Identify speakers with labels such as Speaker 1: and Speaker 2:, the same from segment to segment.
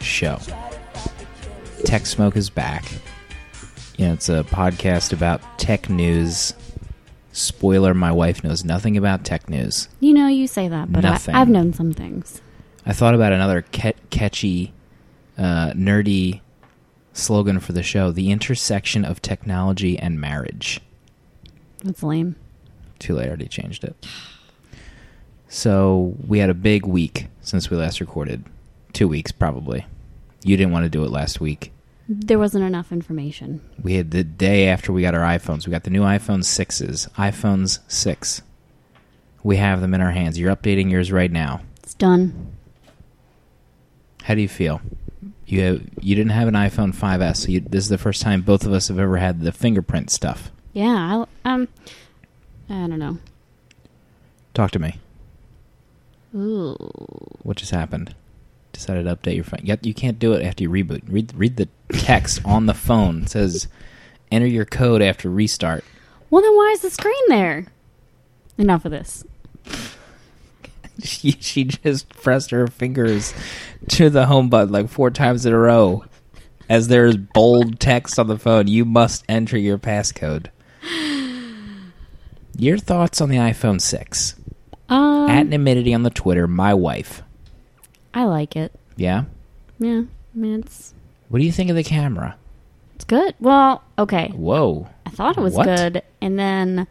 Speaker 1: show. Tech Smoke is back. You know, it's a podcast about tech news. Spoiler: My wife knows nothing about tech news.
Speaker 2: You know, you say that, but I,
Speaker 1: Nothing.
Speaker 2: I've known some things.
Speaker 1: I thought about another ca- catchy, uh, nerdy slogan for the show: "The intersection of technology and marriage."
Speaker 2: That's lame.
Speaker 1: Too late, I already changed it. So we had a big week since we last recorded. Two weeks, probably. You didn't want to do it last week.
Speaker 2: There wasn't enough information.
Speaker 1: We had the day after we got our iPhones. We got the new iPhone 6s. iPhones 6. We have them in our hands. You're updating yours right now.
Speaker 2: It's done.
Speaker 1: How do you feel? You have, you didn't have an iPhone 5s, so you, this is the first time both of us have ever had the fingerprint stuff.
Speaker 2: Yeah. I, um. I don't know.
Speaker 1: Talk to me.
Speaker 2: Ooh.
Speaker 1: What just happened? Decided to update your phone. Yet you can't do it after you reboot. Read read the text on the phone. It says enter your code after restart.
Speaker 2: Well, then why is the screen there? Enough of this.
Speaker 1: She she just pressed her fingers to the home button like four times in a row. As there is bold text on the phone, you must enter your passcode. Your thoughts on the iPhone 6?
Speaker 2: Um.
Speaker 1: At Nimidity on the Twitter, my wife.
Speaker 2: I like it.
Speaker 1: Yeah?
Speaker 2: Yeah. I mean, it's
Speaker 1: What do you think of the camera?
Speaker 2: it's good. Well, okay.
Speaker 1: Whoa.
Speaker 2: I thought it was
Speaker 1: What?
Speaker 2: good, and then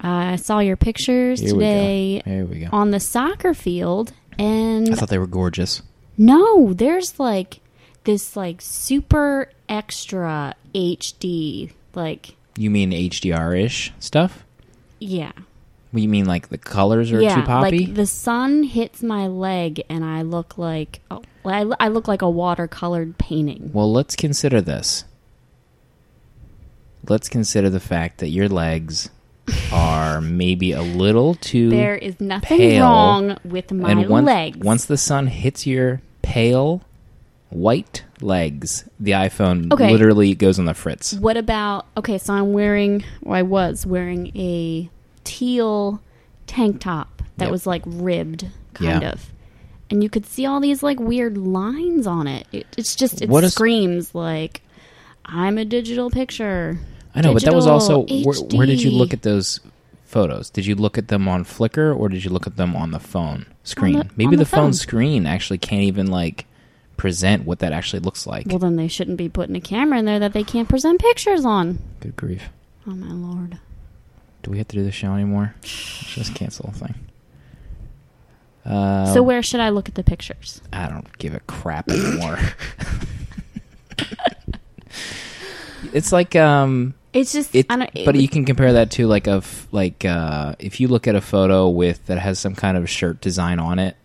Speaker 2: I saw your pictures
Speaker 1: Here
Speaker 2: today
Speaker 1: we go. Here we go.
Speaker 2: on the soccer field, and
Speaker 1: I thought they were gorgeous.
Speaker 2: No, there's like this like super extra HD like
Speaker 1: You mean HDR ish stuff?
Speaker 2: yeah.
Speaker 1: You mean like the colors are
Speaker 2: yeah,
Speaker 1: too poppy?
Speaker 2: like the sun hits my leg and I look like oh, I, I look like a watercolored painting.
Speaker 1: well, let's consider this. Let's consider the fact that your legs are maybe a little too
Speaker 2: There is nothing
Speaker 1: pale,
Speaker 2: wrong with my
Speaker 1: and once,
Speaker 2: legs.
Speaker 1: Once the sun hits your pale white legs, the iPhone
Speaker 2: Okay.
Speaker 1: literally goes on the fritz.
Speaker 2: what about okay? So I'm wearing, well, I was wearing a teal tank top that
Speaker 1: Yep.
Speaker 2: was like ribbed, kind
Speaker 1: Yeah.
Speaker 2: of, and you could see all these like weird lines on it. it it's just it
Speaker 1: What is-
Speaker 2: screams like I'm a digital picture.
Speaker 1: I know, but that was also
Speaker 2: Digital
Speaker 1: where, where did you
Speaker 2: HD.
Speaker 1: look at those photos? Did you look at them on Flickr or did you look at them on the phone screen?
Speaker 2: the-
Speaker 1: Maybe
Speaker 2: on the
Speaker 1: the phone
Speaker 2: phone.
Speaker 1: screen actually can't even like present what that actually looks like.
Speaker 2: Well, then they shouldn't be putting a camera in there that they can't present pictures on.
Speaker 1: Good grief.
Speaker 2: Oh my lord!
Speaker 1: Do we have to do the show anymore? Let's just cancel the thing. Uh,
Speaker 2: so where should I look at the pictures?
Speaker 1: I don't give a crap anymore. it's like um
Speaker 2: It's just
Speaker 1: it,
Speaker 2: I don't. it
Speaker 1: but
Speaker 2: was-
Speaker 1: you can compare that to like a f- like uh, if you look at a photo with that has some kind of shirt design on it,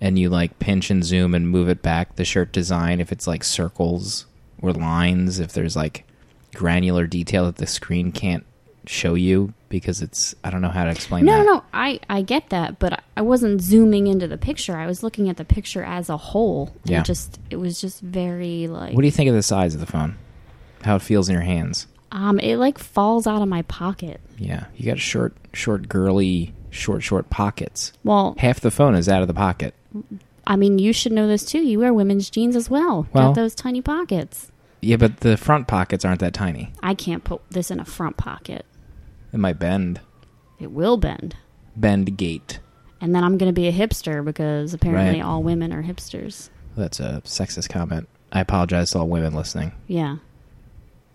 Speaker 1: and you like pinch and zoom and move it back the shirt design. If it's like circles or lines, if there's like granular detail that the screen can't show you because it's I don't know how to explain.
Speaker 2: No,
Speaker 1: that.
Speaker 2: no, no. I, I get that, but I- I wasn't zooming into the picture. I was looking at the picture as a whole. and
Speaker 1: Yeah.
Speaker 2: Just it was just very like
Speaker 1: What do you think of the size of the phone? How it feels in your hands?
Speaker 2: um it like falls out of my pocket.
Speaker 1: Yeah, you got short, short, girly, short, short pockets.
Speaker 2: Well,
Speaker 1: Half the phone is out of the pocket.
Speaker 2: I mean, you should know this too. You wear women's jeans as well.
Speaker 1: Well-
Speaker 2: Got those tiny pockets.
Speaker 1: Yeah, but the front pockets aren't that tiny.
Speaker 2: I can't put this in a front pocket.
Speaker 1: It might bend.
Speaker 2: It will bend.
Speaker 1: Bend gate.
Speaker 2: And then I'm going to be a hipster because apparently
Speaker 1: Right.
Speaker 2: all women are hipsters.
Speaker 1: That's a sexist comment. I apologize to all women listening.
Speaker 2: Yeah.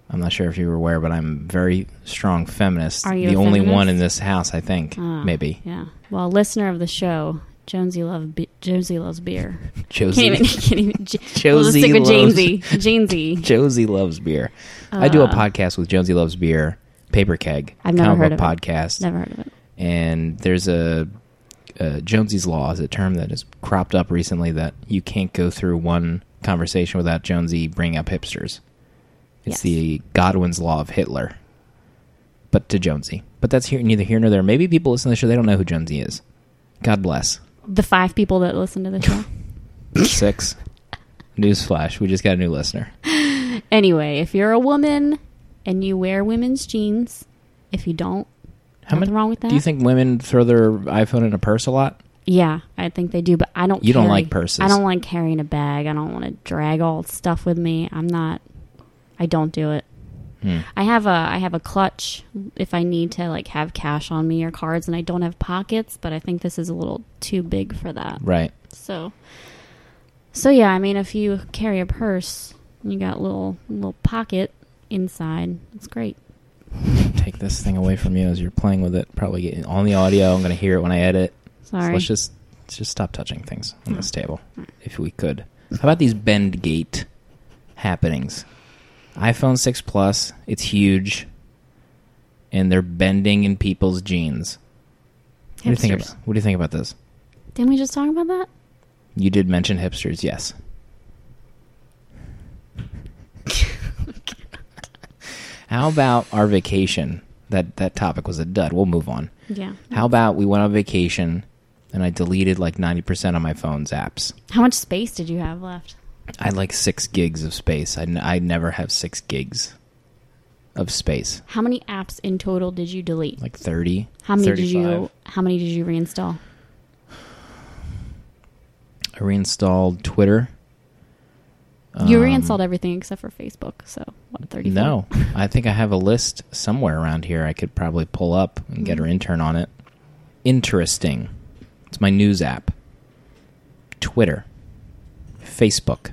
Speaker 1: I'm not sure if you were aware, but I'm very strong feminist.
Speaker 2: Are you
Speaker 1: the
Speaker 2: a
Speaker 1: only
Speaker 2: feminist?
Speaker 1: one in this house, I think.
Speaker 2: Ah,
Speaker 1: Maybe.
Speaker 2: Yeah. Well, listener of the show, Jonesy love be- Josie loves beer.
Speaker 1: Josie.
Speaker 2: Can't even. Can't even J- we'll just
Speaker 1: Josie
Speaker 2: stick with
Speaker 1: loves-
Speaker 2: Jamesy. Jamesy.
Speaker 1: Josie loves beer. I
Speaker 2: Uh,
Speaker 1: do a podcast with Josie Loves Beer, Paper Keg.
Speaker 2: Ah. I've never
Speaker 1: comic
Speaker 2: heard
Speaker 1: book
Speaker 2: of it.
Speaker 1: podcast.
Speaker 2: Never heard of it.
Speaker 1: and there's a uh, Jonesy's Law is a term that has cropped up recently that you can't go through one conversation without Jonesy bringing up hipsters. It's
Speaker 2: Yes.
Speaker 1: the Godwin's Law of Hitler, but to Jonesy. But that's here, neither here nor there. Maybe people listen to the show, they don't know who Jonesy is. God bless.
Speaker 2: The five people that listen to the show.
Speaker 1: Six. Newsflash, we just got a new listener.
Speaker 2: anyway, if you're a woman and you wear women's jeans, if you don't,
Speaker 1: How
Speaker 2: Nothing
Speaker 1: much
Speaker 2: wrong with
Speaker 1: Do you
Speaker 2: that.
Speaker 1: think women throw their iPhone in a purse a lot?
Speaker 2: Yeah, I think they do, but I don't.
Speaker 1: You don't
Speaker 2: carry-
Speaker 1: like purses.
Speaker 2: I don't like carrying a bag. I don't want to drag all stuff with me. I'm not. I don't do it.
Speaker 1: Hmm.
Speaker 2: I have a I have a clutch if I need to like have cash on me or cards, and I don't have pockets. But I think this is a little too big for that.
Speaker 1: Right.
Speaker 2: So, so yeah, I mean, if you carry a purse, you got a little little pocket inside. It's great.
Speaker 1: Take this thing away from you as you're playing with it. Probably getting on the audio. I'm going to hear it when I edit. So
Speaker 2: Sorry.
Speaker 1: let's just let's just stop touching things on this
Speaker 2: Oh.
Speaker 1: table, if we could. How about these bend gate happenings? iPhone six plus, it's huge, and they're bending in people's jeans. What do you think
Speaker 2: Hipsters.
Speaker 1: about? What do you think about this?
Speaker 2: Didn't we just talk about that?
Speaker 1: You did mention hipsters, yes. How about our vacation? That that topic was a dud. We'll move on.
Speaker 2: Yeah.
Speaker 1: How about we went on vacation and I deleted like 90% of my phone's apps.
Speaker 2: How much space did you have left?
Speaker 1: I had like 6 gigs of space. I n- I never have 6 gigs of space.
Speaker 2: How many apps in total did you delete?
Speaker 1: Like 30.
Speaker 2: How many
Speaker 1: 35.
Speaker 2: did you how many did you reinstall?
Speaker 1: I reinstalled Twitter.
Speaker 2: you
Speaker 1: Um,
Speaker 2: reinstalled everything except for Facebook, so what thirty four?
Speaker 1: No, I think I have a list somewhere around here. I could probably pull up and get her
Speaker 2: Mm-hmm.
Speaker 1: intern on it. Interesting. It's my news app. Twitter, Facebook,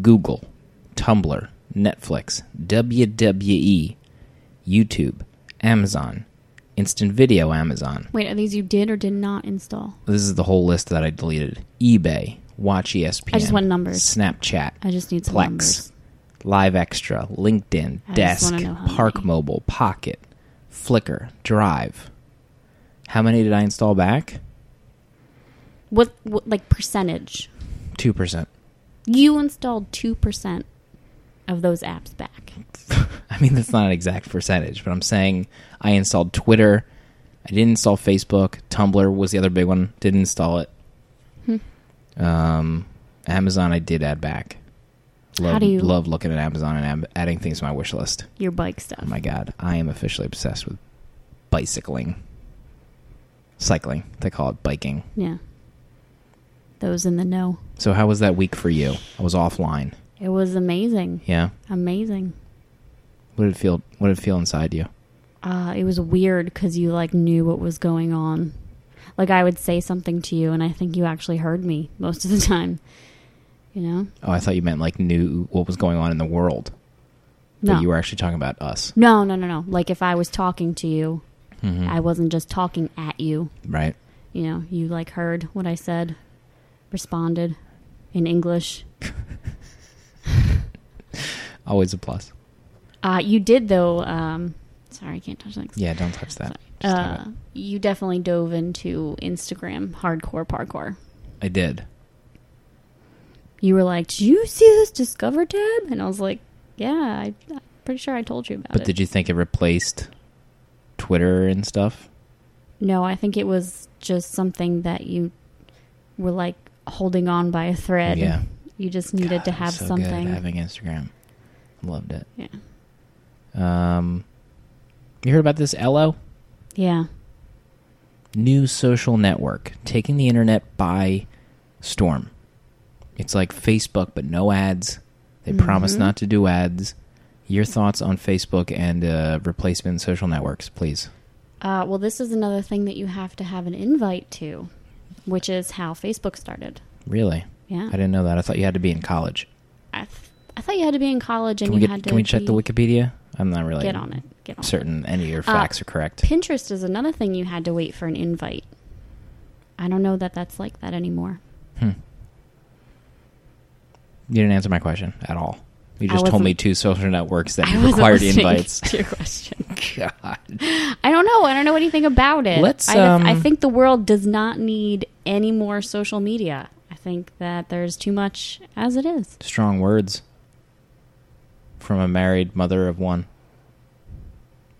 Speaker 1: Google, Tumblr, Netflix, WWE, YouTube, Amazon, Instant Video, Amazon.
Speaker 2: Wait, are these you did or did not install?
Speaker 1: This is the whole list that I deleted. eBay, Watch E ESPN.
Speaker 2: I just want numbers.
Speaker 1: Snapchat.
Speaker 2: I just need some
Speaker 1: Plex.
Speaker 2: numbers.
Speaker 1: Live Extra, LinkedIn,
Speaker 2: I just
Speaker 1: Desk,
Speaker 2: wanna know how
Speaker 1: Park
Speaker 2: many.
Speaker 1: Mobile, Pocket, Flickr, Drive. How many did I install back?
Speaker 2: What, what like percentage?
Speaker 1: 2%.
Speaker 2: You installed two percent of those apps back.
Speaker 1: I mean, that's not an exact percentage, but I'm saying I installed Twitter. I didn't install Facebook. Tumblr was the other big one. Didn't install it.
Speaker 2: Hmm.
Speaker 1: Um, Amazon, I did add back. Love,
Speaker 2: How do you-
Speaker 1: love looking at Amazon and ab- adding things to my wish list?
Speaker 2: Your bike stuff.
Speaker 1: Oh my god, I am officially obsessed with bicycling. Cycling, they call it biking.
Speaker 2: Yeah. Those in the know.
Speaker 1: So how was that week for you? I was offline.
Speaker 2: It was amazing.
Speaker 1: Yeah.
Speaker 2: Amazing.
Speaker 1: What did it feel what did it feel inside you?
Speaker 2: uh, it was weird because you like knew what was going on. Like I would say something to you, and I think you actually heard me most of the time. You know?
Speaker 1: Oh, I thought you meant like knew what was going on in the world.
Speaker 2: No.
Speaker 1: But you were actually talking about us.
Speaker 2: no, no, no, no. Like if I was talking to you,
Speaker 1: Mhm.
Speaker 2: I wasn't just talking at you.
Speaker 1: Right.
Speaker 2: You know, you like heard what I said, responded in English.
Speaker 1: Always a plus.
Speaker 2: Uh, you did though. Um, sorry, I can't touch that.
Speaker 1: Yeah, don't touch that. Just have
Speaker 2: Uh, you definitely dove into Instagram hardcore parkour.
Speaker 1: it. I did.
Speaker 2: you were like, "Did you see this Discover tab?" And I was like, "Yeah, I, I'm pretty sure I told you about
Speaker 1: But
Speaker 2: it."
Speaker 1: did you think it replaced Twitter and stuff?
Speaker 2: No, I think it was just something that you were like holding on by a thread.
Speaker 1: Yeah.
Speaker 2: you just needed
Speaker 1: God,
Speaker 2: to
Speaker 1: it was
Speaker 2: have
Speaker 1: so good
Speaker 2: something.
Speaker 1: having Instagram. Loved it.
Speaker 2: yeah,
Speaker 1: Um, you heard about this Elo?
Speaker 2: yeah.
Speaker 1: New social network taking the internet by storm. It's like Facebook, but no ads. They
Speaker 2: Mm-hmm.
Speaker 1: promise not to do ads. Your thoughts on Facebook and uh, replacement social networks, please.
Speaker 2: Uh, well, this is another thing that you have to have an invite to, which is how Facebook started.
Speaker 1: Really?
Speaker 2: Yeah,
Speaker 1: I didn't know that. I thought you had to be in college.
Speaker 2: I, th- I thought you had to be in college and
Speaker 1: Can we
Speaker 2: you
Speaker 1: get?
Speaker 2: had to
Speaker 1: Can we check
Speaker 2: be-
Speaker 1: the Wikipedia? I'm not really
Speaker 2: Get on it. Get on it.
Speaker 1: certain any of your
Speaker 2: Uh,
Speaker 1: facts are correct.
Speaker 2: Pinterest is another thing you had to wait for an invite. I don't know that that's like that anymore.
Speaker 1: Hmm. You didn't answer my question at all. You
Speaker 2: I
Speaker 1: just told
Speaker 2: wasn't-
Speaker 1: me two social networks that
Speaker 2: I wasn't
Speaker 1: required
Speaker 2: listening
Speaker 1: invites.
Speaker 2: To your question.
Speaker 1: God.
Speaker 2: I don't know. I don't know anything about it.
Speaker 1: Let's,
Speaker 2: I, just- I
Speaker 1: um,
Speaker 2: think the world does not need any more social media. I think that there's too much as it is.
Speaker 1: Strong words from a married mother of one.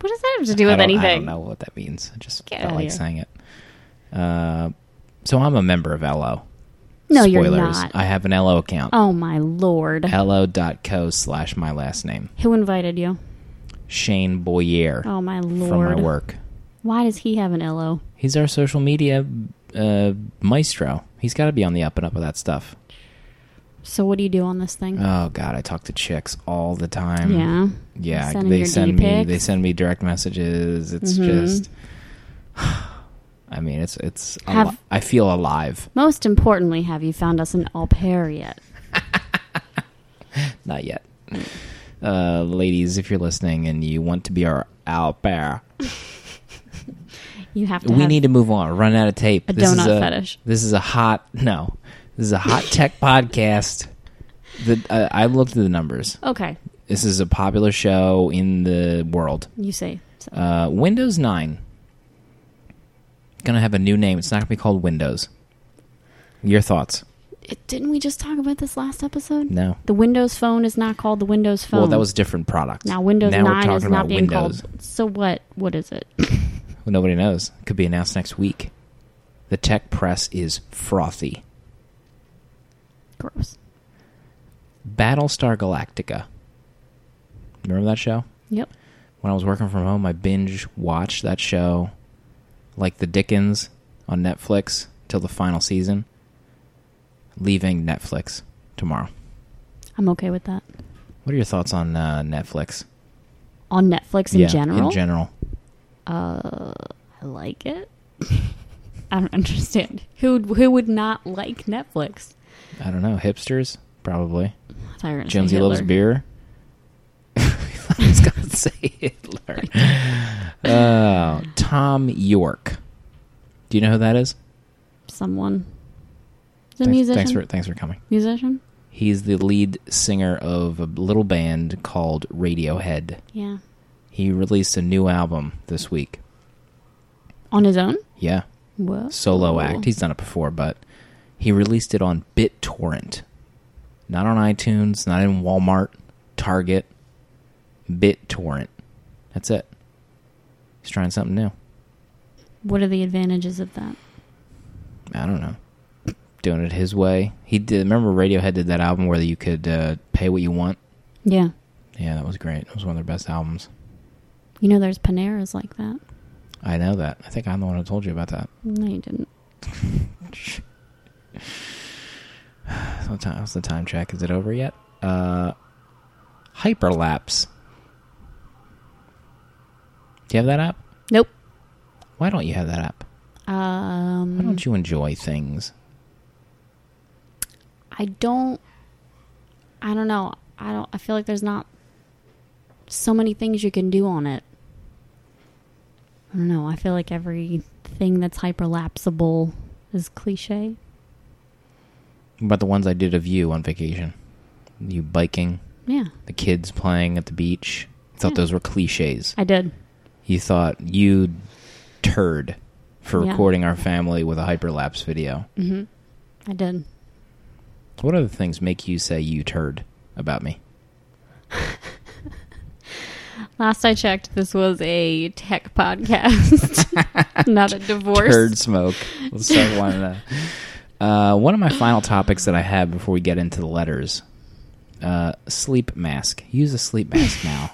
Speaker 2: What does that have to do
Speaker 1: I
Speaker 2: with
Speaker 1: don't-
Speaker 2: anything?
Speaker 1: I don't know what that means. I just
Speaker 2: Get
Speaker 1: felt
Speaker 2: outta
Speaker 1: like
Speaker 2: here.
Speaker 1: saying it. Uh, so I'm a member of LO.
Speaker 2: No, you're
Speaker 1: Spoilers.
Speaker 2: not.
Speaker 1: I have an LO account.
Speaker 2: Oh my lord!
Speaker 1: LO.co slash my last name.
Speaker 2: Who invited you?
Speaker 1: Shane Boyer
Speaker 2: Oh my lord!
Speaker 1: from my work.
Speaker 2: Why does he have an LO?
Speaker 1: He's our social media uh, maestro. He's got to be on the up and up with that stuff.
Speaker 2: So what do you do on this thing?
Speaker 1: Oh God, I talk to chicks all the time.
Speaker 2: yeah.
Speaker 1: yeah.
Speaker 2: Sending
Speaker 1: They
Speaker 2: your
Speaker 1: send
Speaker 2: D
Speaker 1: me.
Speaker 2: pics?
Speaker 1: They send me direct messages. It's
Speaker 2: Mhm.
Speaker 1: just. I mean, it's it's. al-
Speaker 2: Have-
Speaker 1: I feel alive.
Speaker 2: Most importantly, have you found us an au pair yet?
Speaker 1: Not yet. Uh, ladies, if you're listening and you want to be our au pair,
Speaker 2: You have to.
Speaker 1: we
Speaker 2: have-
Speaker 1: need to move on. Run out of tape.
Speaker 2: a
Speaker 1: is
Speaker 2: donut
Speaker 1: a,
Speaker 2: fetish.
Speaker 1: This is a hot no. This is a hot tech podcast. The, uh, I looked at the numbers.
Speaker 2: Okay,
Speaker 1: This is a popular show in the world.
Speaker 2: you say. So.
Speaker 1: Uh, Windows 9. Gonna have a new name. It's not gonna be called Windows. Your thoughts?
Speaker 2: It- didn't we just talk about this last episode?
Speaker 1: No.
Speaker 2: The Windows Phone is not called the Windows Phone.
Speaker 1: Well, that was different products.
Speaker 2: now Windows
Speaker 1: Now we're
Speaker 2: Nine is
Speaker 1: talking
Speaker 2: not
Speaker 1: about
Speaker 2: being
Speaker 1: Windows.
Speaker 2: called. So what? What is it?
Speaker 1: Well, nobody knows. Could be announced next week. The tech press is frothy.
Speaker 2: Gross.
Speaker 1: Battlestar Galactica. Remember that show?
Speaker 2: Yep.
Speaker 1: when I was working from home, I binge watched that show, like the Dickens on Netflix, till the final season. Leaving Netflix tomorrow.
Speaker 2: I'm okay with that.
Speaker 1: What are your thoughts on uh, Netflix?
Speaker 2: On Netflix in general.
Speaker 1: in general.
Speaker 2: Uh, I like it. I don't understand. Who who would not like Netflix?
Speaker 1: I don't know. Hipsters, probably.
Speaker 2: I thought you were gonna say
Speaker 1: Jonesy loves
Speaker 2: Hitler.
Speaker 1: beer. I was gonna say Hitler. Oh, Tom York. Do you know who that is?
Speaker 2: Someone. Is it a
Speaker 1: thanks,
Speaker 2: musician.
Speaker 1: thanks for thanks for coming.
Speaker 2: musician.
Speaker 1: He's the lead singer of a little band called Radiohead.
Speaker 2: Yeah.
Speaker 1: He released a new album this week.
Speaker 2: On his own.
Speaker 1: Yeah,
Speaker 2: Whoa.
Speaker 1: solo act. He's done it before, but he released it on BitTorrent. Not on iTunes, not in Walmart, Target. BitTorrent. That's it. He's trying something new.
Speaker 2: What are the advantages of that?
Speaker 1: I don't know. Doing it his way. He did. Remember, Radiohead did that album where you could uh, pay what you want.
Speaker 2: Yeah.
Speaker 1: Yeah, that was great. It was one of their best albums.
Speaker 2: You know, there's Panera's like that.
Speaker 1: I know that. I think I'm the one who told you about that.
Speaker 2: No, you didn't.
Speaker 1: So ti- How's the time check? Is it over yet? Uh, hyperlapse. Do you have that app?
Speaker 2: Nope.
Speaker 1: Why don't you have that app?
Speaker 2: Um,
Speaker 1: Why don't you enjoy things?
Speaker 2: I don't. I don't know. I don't. I feel like there's not so many things you can do on it. I don't know. I feel like everything that's hyperlapsable is cliche.
Speaker 1: What about the ones I did of you on vacation? You biking,
Speaker 2: Yeah,
Speaker 1: the kids playing at the beach. You thought
Speaker 2: Yeah.
Speaker 1: those were cliches.
Speaker 2: I did.
Speaker 1: You thought you turd for
Speaker 2: Yeah.
Speaker 1: recording our family with a hyperlapse video.
Speaker 2: hmm I did.
Speaker 1: What other things make you say you turd about me?
Speaker 2: Last I checked, this was a tech podcast, not a divorce.
Speaker 1: Turd smoke. Let's start one of that. Uh, one of my final topics that I have before we get into the letters. Uh, sleep mask. Use a sleep mask now.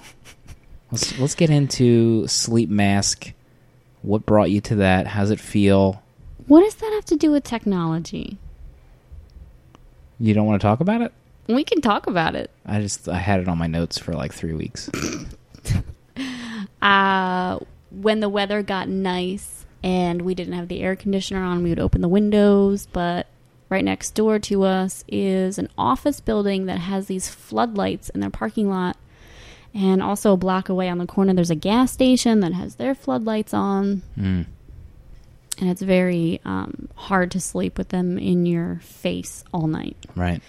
Speaker 1: let's let's get into sleep mask. What brought you to that? How's it feel?
Speaker 2: What does that have to do with technology?
Speaker 1: You don't want to talk about it?
Speaker 2: We can talk about it.
Speaker 1: I just I had it on my notes for like three weeks.
Speaker 2: uh, when the weather got nice and we didn't have the air conditioner on, we would open the windows. But right next door to us is an office building that has these floodlights in their parking lot. And also a block away on the corner, there's a gas station that has their floodlights on.
Speaker 1: Mm.
Speaker 2: And it's very um, hard to sleep with them in your face all night.
Speaker 1: Right.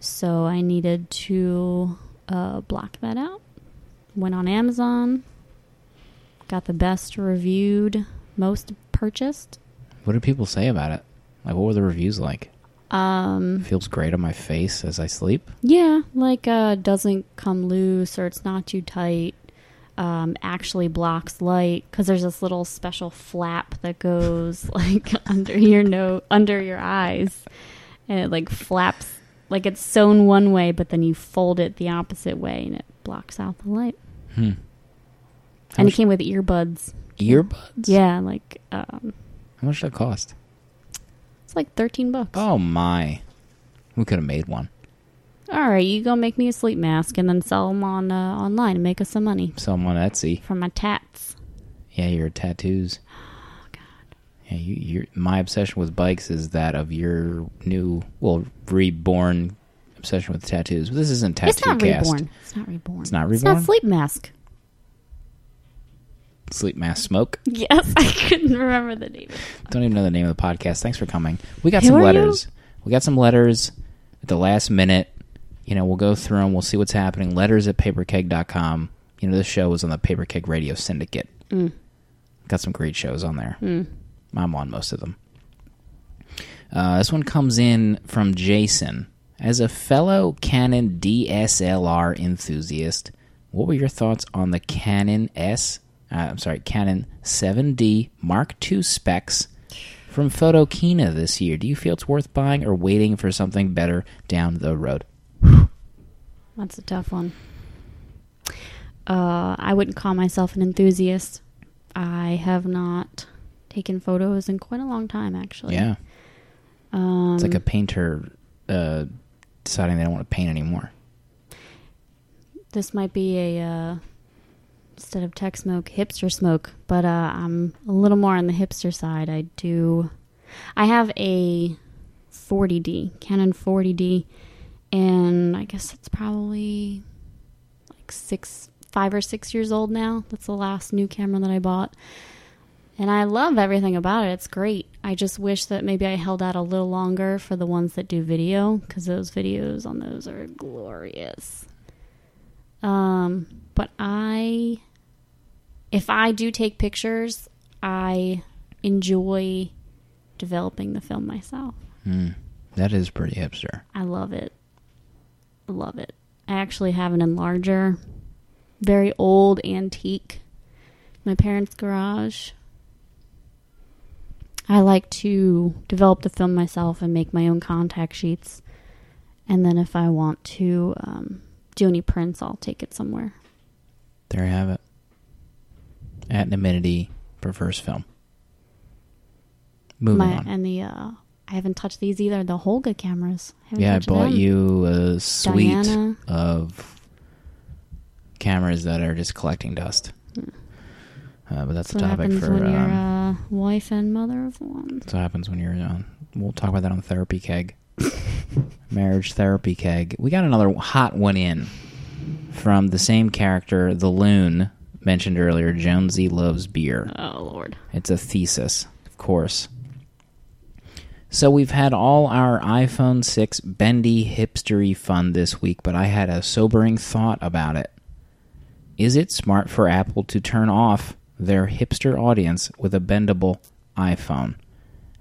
Speaker 2: So I needed to uh, block that out. Went on Amazon, got the best reviewed, most purchased.
Speaker 1: What do people say about it? Like, what were the reviews like?
Speaker 2: Um,
Speaker 1: Feels great on my face as I sleep.
Speaker 2: yeah, like uh, doesn't come loose or it's not too tight. Um, actually blocks light because there's this little special flap that goes like under your no under your eyes, and it like flaps like it's sewn one way, but then you fold it the opposite way and it blocks out the light.
Speaker 1: Hmm. How
Speaker 2: and it
Speaker 1: much-
Speaker 2: came with earbuds.
Speaker 1: Earbuds.
Speaker 2: Yeah, like um,
Speaker 1: How much did that cost?
Speaker 2: It's like 13 bucks.
Speaker 1: Oh my. We could have made one.
Speaker 2: All right, you go make me a sleep mask and then sell them on uh, online and make us some money
Speaker 1: Sell 'em on Etsy.
Speaker 2: for my tats.
Speaker 1: Yeah, your tattoos.
Speaker 2: Oh,
Speaker 1: Yeah, you, your, my obsession with bikes is that of your new, well, reborn obsession with tattoos. This isn't tattoo
Speaker 2: it's not
Speaker 1: cast.
Speaker 2: reborn. It's not reborn. It's
Speaker 1: not
Speaker 2: It's not
Speaker 1: reborn?
Speaker 2: sleep mask.
Speaker 1: Sleep mask smoke.
Speaker 2: Yes, I couldn't remember the name.
Speaker 1: Don't even know the name of the podcast. Thanks for coming. We got
Speaker 2: Who
Speaker 1: some
Speaker 2: are
Speaker 1: letters. We got some letters at the last minute. You know, we'll go through them. We'll see what's happening. Letters at paperkeg.com. You know, this show was on the Paperkeg Radio Syndicate.
Speaker 2: Mm.
Speaker 1: Got some great shows on there. I'm on most of them. Uh, this one comes in from Jason. As a fellow Canon DSLR enthusiast, what were your thoughts on the Canon S? Uh, I'm sorry, Canon 7D Mark II specs from Photokina this year. Do you feel it's worth buying or waiting for something better down the road?
Speaker 2: That's a tough one. Uh, I wouldn't call myself an enthusiast. I have not taken photos in quite a long time, actually.
Speaker 1: Yeah, it's
Speaker 2: Mm.
Speaker 1: like a painter uh, deciding they don't want to paint anymore.
Speaker 2: This might be a uh, instead of tech smoke, hipster smoke. But uh, I'm a little more on the hipster side. I do. I have a 40D Canon 40D, and I guess it's probably like six, five or six years old now. That's the last new camera that I bought. And I love everything about it. It's great. I just wish that maybe I held out a little longer for the ones that do video because those videos on those are glorious. Um, but I, if I do take pictures, I enjoy developing the film myself.
Speaker 1: That is pretty hipster.
Speaker 2: I love it. I love it. I actually have an enlarger, very old antique, my parents' garage. I like to develop the film myself and make my own contact sheets. And then if I want to um, do any prints, I'll take it somewhere.
Speaker 1: There you have it. At Namidity, perverse film. Moving
Speaker 2: my
Speaker 1: on.
Speaker 2: and the uh, I haven't touched these either. The Holga cameras. I haven't
Speaker 1: yeah, I
Speaker 2: touched
Speaker 1: bought
Speaker 2: them.
Speaker 1: you a suite
Speaker 2: Diana.
Speaker 1: of cameras that are just collecting dust. Uh, but that's
Speaker 2: Hmm. That's
Speaker 1: a
Speaker 2: what
Speaker 1: topic
Speaker 2: happens
Speaker 1: for.
Speaker 2: when
Speaker 1: um,
Speaker 2: you're uh, wife and mother of one.
Speaker 1: That's what happens when you're on. We'll talk about that on therapy keg, marriage therapy keg. We got another hot one in from the same character, the loon mentioned earlier. Jonesy loves beer.
Speaker 2: Oh Lord.
Speaker 1: It's a thesis, of course. So we've had all our iPhone 6 bendy hipstery fun this week, but I had a sobering thought about it. Is it smart for Apple to turn off their hipster audience with a bendable iPhone?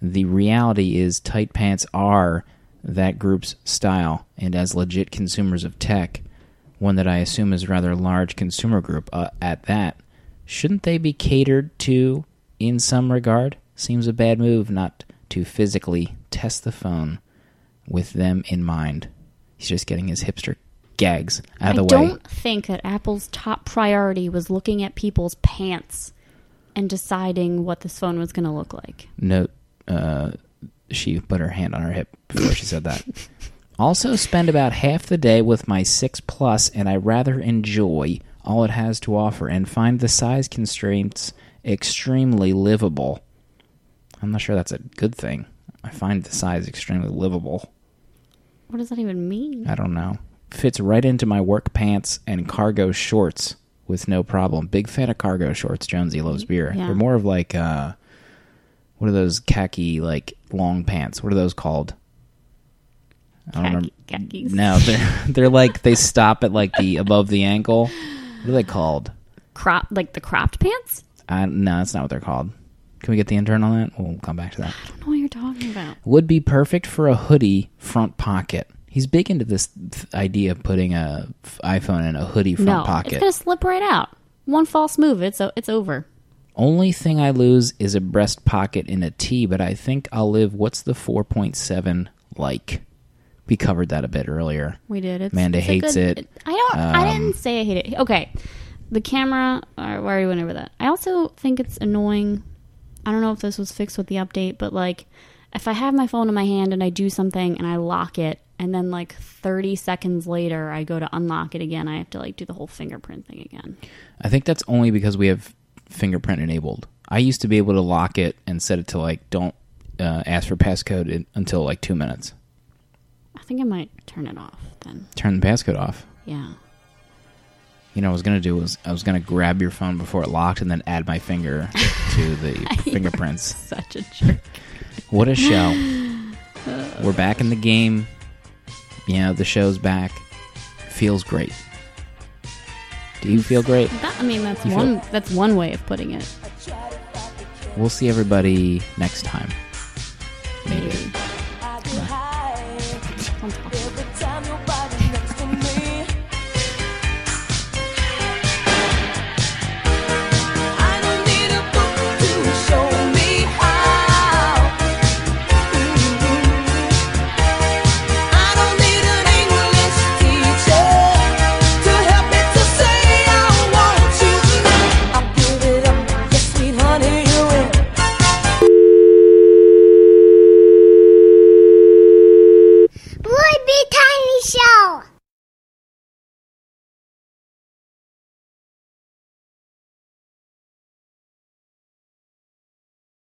Speaker 1: The reality is, tight pants are that group's style, and as legit consumers of tech, one that I assume is a rather large consumer group uh, at that, shouldn't they be catered to in some regard? Seems a bad move not to physically test the phone with them in mind. He's just getting his hipster gags out
Speaker 2: I
Speaker 1: of the way.
Speaker 2: don't think that Apple's top priority was looking at people's pants and deciding what this phone was going to look like.
Speaker 1: note uh, she put her hand on her hip before she said that also spend about half the day with my 6 plus and i rather enjoy all it has to offer and find the size constraints extremely livable i'm not sure that's a good thing i find the size extremely livable
Speaker 2: What does that even mean?
Speaker 1: i don't know fits right into my work pants and cargo shorts with no problem big fan of cargo shorts jonesy loves beer
Speaker 2: Yeah.
Speaker 1: they're more of like uh what are those khaki like long pants? What are those called? I don't remember.
Speaker 2: Khaki- khakis.
Speaker 1: No, they're they're like they stop at like the above the ankle. What are they called?
Speaker 2: Crop like the cropped pants?
Speaker 1: I, no, that's not what they're called. Can we get the intern on that? We'll come back to that.
Speaker 2: I don't know what you're talking about.
Speaker 1: Would be perfect for a hoodie front pocket. He's big into this th- idea of putting a f- iPhone in a hoodie front
Speaker 2: no,
Speaker 1: pocket.
Speaker 2: it's going to slip right out. One false move, it's o- it's over.
Speaker 1: Only thing I lose is a breast pocket in a T, but I think I'll live. What's the 4.7 like? We covered that a bit earlier.
Speaker 2: We did. It's,
Speaker 1: Amanda
Speaker 2: it's a
Speaker 1: hates
Speaker 2: good-
Speaker 1: it.
Speaker 2: I don't. I
Speaker 1: Um,
Speaker 2: didn't say I hate it. Okay, the camera. Or why are you went over that? I also think it's annoying. I don't know if this was fixed with the update, but like if I have my phone in my hand and I do something and I lock it, and then like 30 seconds later I go to unlock it again, I have to like do the whole fingerprint thing again.
Speaker 1: I think that's only because we have fingerprint enabled. I used to be able to lock it and set it to like don't uh, ask for passcode in, until like two minutes.
Speaker 2: I think I might turn it off then.
Speaker 1: Turn the passcode off.
Speaker 2: Yeah.
Speaker 1: You know, what I was gonna do was I was gonna grab your phone before it locked and then add my finger to the fingerprints.
Speaker 2: Such a jerk.
Speaker 1: What a show! We're back in the game. Yeah, the show's back. Feels great. Do you feel great?
Speaker 2: That, I mean, that's
Speaker 1: You feel-
Speaker 2: one that's one way of putting it.
Speaker 1: We'll see everybody next time.